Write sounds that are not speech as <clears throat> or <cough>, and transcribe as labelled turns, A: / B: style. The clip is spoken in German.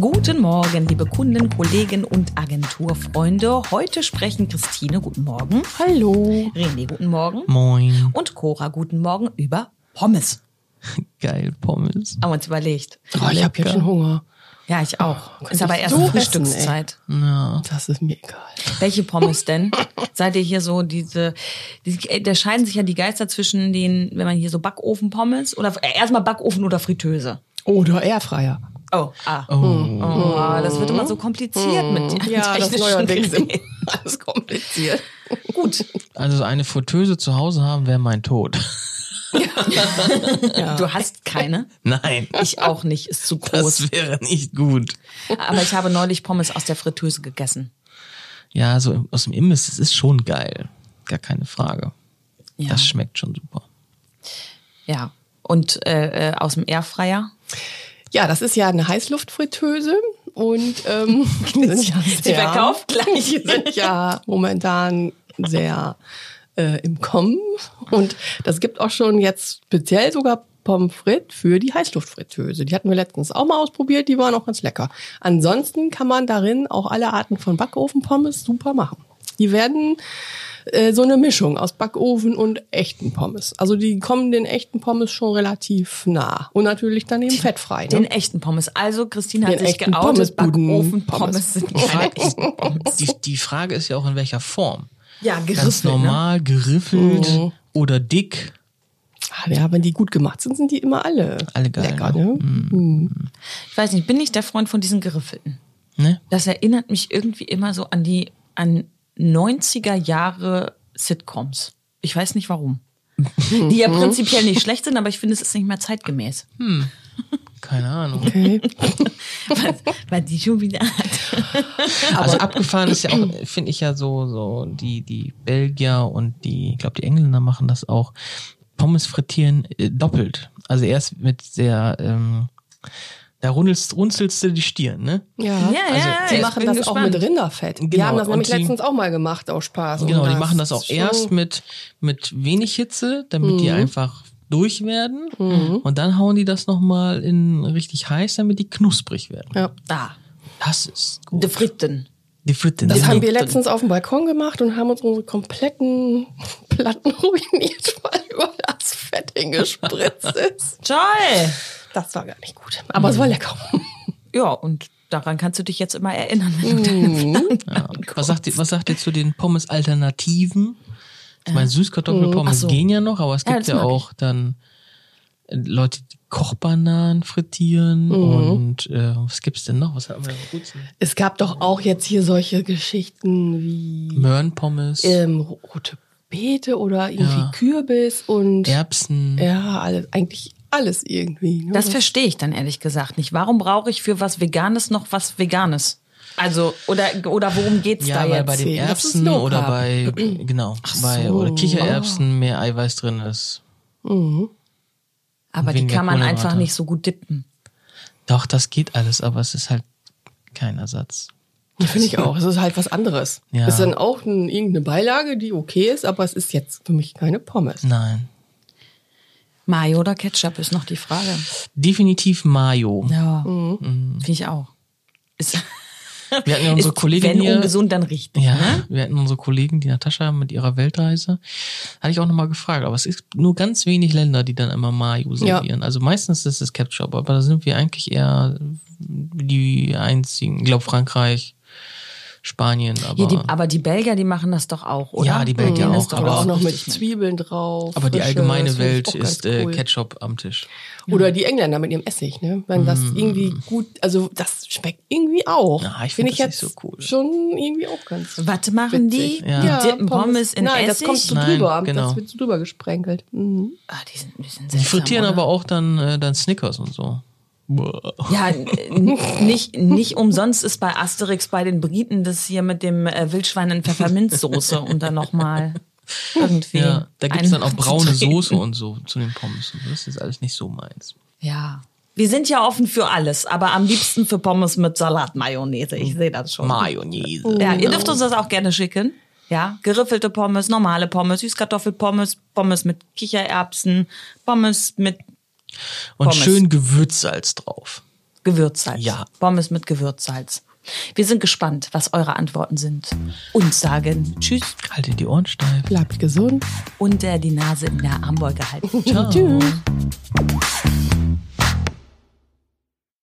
A: Guten Morgen, liebe Kunden, Kollegen und Agenturfreunde. Heute sprechen Christine, guten Morgen.
B: Hallo.
A: René, guten Morgen.
C: Moin. <laughs>
A: Und Cora, guten Morgen über Pommes.
C: Geil, Pommes.
A: Haben wir uns überlegt.
B: Oh, ich habe jetzt schon Hunger.
A: Ja, ich auch.
B: könnte
A: Ist aber
B: ich
A: erst
B: so essen,
A: Frühstückszeit.
C: Ja.
B: Das ist mir egal.
A: Welche Pommes denn? Seid ihr hier so diese, die, äh, da scheiden sich ja die Geister zwischen den, wenn man hier so Backofen-Pommes oder äh, erstmal Backofen oder Fritteuse.
B: Oder Airfryer.
A: Oh, ah.
C: Oh.
A: Oh, das wird immer so kompliziert mit den technischen <laughs> Geräten.
B: alles kompliziert.
A: Gut,
C: Also eine Fritteuse zu Hause haben wäre mein Tod.
A: du hast keine.
C: <laughs> Nein,
A: Ich auch nicht, ist zu groß.
C: das wäre nicht gut.
A: Aber ich habe neulich Pommes aus der Fritteuse gegessen.
C: Ja, so aus dem Imbiss, das ist schon geil. Gar keine Frage.
A: Ja.
C: Das schmeckt
A: <laughs>
C: schon super.
A: Ja. Und äh, äh, aus dem
B: <laughs>
A: Airfryer.
B: Ja, das ist ja eine Heißluftfritteuse und ähm, wir sind ja
A: Sie verkauft gleich.
B: Wir sind <laughs> ja momentan sehr äh, im Kommen und das gibt auch schon jetzt speziell sogar Pommes frites für die Heißluftfritteuse. Die hatten wir letztens auch mal ausprobiert, die waren auch ganz lecker. Ansonsten kann man darin auch alle Arten von Backofenpommes super machen. Die werden äh, so eine Mischung aus Backofen und echten Pommes. Also die kommen den echten Pommes schon relativ nah. Und natürlich dann eben fettfrei. Ne?
A: Den echten Pommes. Also, Christine hat
B: Den
A: sich
B: echten
A: geoutet.
B: Pommesbuden.
A: Backofen-Pommes <laughs>
B: Pommes.
A: sind keine echten Pommes.
C: Die, die Frage ist ja auch, in welcher Form.
A: Ja,
C: Ganz
A: gerissen. Ne? Mhm.
C: normal, geriffelt oder dick.
B: Ah, Ja, wenn die gut gemacht sind, sind die immer alle,
C: Alle geil,
B: lecker.
C: ne?
B: Ne?
A: Ich weiß nicht, bin ich der Freund von diesen geriffelten?
C: Ne?
A: Das erinnert mich irgendwie immer so an die an 90er Jahre Sitcoms. Ich weiß nicht warum. Die
B: <laughs>
A: ja prinzipiell nicht schlecht sind, aber ich finde, es ist nicht mehr zeitgemäß. <laughs>
C: Keine Ahnung.
B: Okay.
A: Was, weil die schon wieder hat.
B: <clears throat>
C: also abgefahren ist ja auch, finde ich ja so, so die, die Belgier und die, ich glaube, die Engländer machen das auch. Pommes frittieren äh, doppelt. Also erst mit der, ähm, da runzelst, runzelst du die Stirn, ne?
B: Ja.
A: Ja,
C: Also,
A: ja,
B: Die
A: ich
B: machen
A: bin
B: das auch
A: gespannt.
B: mit Rinderfett. Die
C: Genau,
B: haben das
C: und
B: nämlich
C: die-
B: letztens auch mal gemacht aus Spaß.
C: Genau,
B: Und
C: die machen das auch
B: ist
C: erst
B: schon- Mhm.
C: mit, mit wenig Hitze, damit die einfach durch werden. Und dann hauen die das nochmal in richtig heiß, damit die knusprig werden.
B: Ja.
A: Da.
C: Das ist gut.
A: De Fritten.
C: Die Fritten.
B: Das
C: genau.
B: haben wir letztens auf dem Balkon gemacht und haben uns unsere kompletten <laughs> Platten ruiniert, <laughs> weil über das Fett
C: <laughs>
B: hingespritzt ist.
A: Toll!
B: Das war gar nicht gut. Aber
C: Mhm.
B: es war lecker.
A: Ja, und daran kannst du dich jetzt immer erinnern, wenn
C: Mm.
A: du deine Flamme
C: Ja. Was, sagt ihr, was sagt ihr zu den Pommes-Alternativen? Ich meine, Süßkartoffelpommes
A: Äh, oh, Ach so.
C: gehen ja noch, aber es
A: Ja,
C: gibt
A: das
C: ja,
A: mag ich.
C: auch dann äh, Leute, die Kochbananen frittieren
A: Mhm.
C: und äh, was gibt's denn noch? Was hatten wir noch gut?
B: Es gab doch auch jetzt hier solche Geschichten wie
C: Möhrenpommes,
A: Äh,
B: ähm, rote Beete oder irgendwie
C: Ja.
B: Kürbis und
C: Erbsen.
A: äh,
B: Ja, alles, eigentlich alles irgendwie. Ne?
A: Das verstehe ich dann ehrlich gesagt nicht. Warum brauche ich für was Veganes noch was Veganes? Also, oder, oder worum geht's
C: ja,
A: da
C: weil
A: jetzt?
C: bei den
B: sehen, das ist
C: Erbsen
B: Low
C: oder
B: Carb.
C: bei
A: <clears throat>
C: genau, bei oder Kichererbsen
A: Oh.
C: mehr Eiweiß drin ist.
A: aber die
C: weniger
A: kann man einfach
C: Kohlenhydrate.
A: nicht so gut dippen.
C: Doch, das geht alles, aber es ist halt kein Ersatz.
B: Ja, Finde ich auch. Es ist halt was anderes.
C: Ja.
B: Es ist dann auch ein, irgendeine Beilage, die okay ist, aber es ist jetzt für mich keine Pommes.
C: Nein.
A: Mayo oder Ketchup ist noch die Frage.
C: Definitiv Mayo.
A: Ja, Mm. finde ich auch. Ist,
C: Mm. Wir hatten ja unsere
A: <laughs> ist,
C: Kollegin
A: wenn
C: hier.
A: ungesund, dann richtig.
C: Ja, wir hatten unsere Kollegen, die Natascha mit ihrer Weltreise, hatte ich auch nochmal gefragt, aber es ist nur ganz wenig Länder, die dann immer Mayo servieren. Also meistens ist es Ketchup, aber da sind wir eigentlich eher die einzigen, ich glaube Frankreich, Spanien, aber,
A: Hier, die, aber die Belgier, die machen das doch auch, oder?
C: Ja, die Belgier
A: Denen
C: auch,
A: ist doch
C: aber
B: Oder
A: das
B: auch noch mit
A: richtig
B: Zwiebeln drauf.
C: aber die
B: frische,
C: allgemeine
B: das finde ich
C: Welt
B: auch ganz
C: ist äh,
B: cool.
C: Ketchup am Tisch.
B: Oder die Engländer mit ihrem Essig, ne? Wenn das irgendwie gut, also das schmeckt irgendwie auch.
C: Na, Mm. ich
B: Finde
C: find
B: ich jetzt
C: das nicht so cool.
B: schon irgendwie auch ganz.
A: Was machen
B: witzig.
A: die? Die dippen Pommes, in
B: Nein,
A: Essig?
B: das kommt zu
C: Nein,
B: drüber.
C: genau.
B: Das wird zu drüber gesprenkelt. Mhm.
A: ah, die sind, die sind
C: Die
A: seltsam,
C: frittieren
A: oder?
C: aber auch dann, äh, dann Snickers und so. Boah.
A: Ja, n- nicht, nicht umsonst ist bei Asterix bei den Briten das hier mit dem äh, Wildschwein in Pfefferminzsoße und dann nochmal irgendwie.
C: Ja, da gibt's dann auch
A: einen
C: braune
A: zu trinken.
C: Soße und so zu den Pommes. Und so. das ist alles nicht so meins.
A: Ja. Wir sind ja offen für alles, aber am liebsten für Pommes mit Salat, Mayonnaise. Ich sehe das schon.
C: Mayonnaise.
A: Ja, ihr dürft uns das auch gerne schicken. Ja, geriffelte Pommes, normale Pommes, Süßkartoffelpommes, Pommes mit Kichererbsen, Pommes mit
C: Und
A: Pommes.
C: schön Gewürzsalz drauf.
A: Gewürzsalz.
C: Ja.
A: Pommes mit Gewürzsalz. Wir sind gespannt, was eure Antworten sind. Und sagen Tschüss
C: Haltet Halt die Ohren steif.
B: Bleibt gesund. <laughs>
A: und äh, die Nase in der Armbeuge halten.
C: Ciao.
B: Tschüss.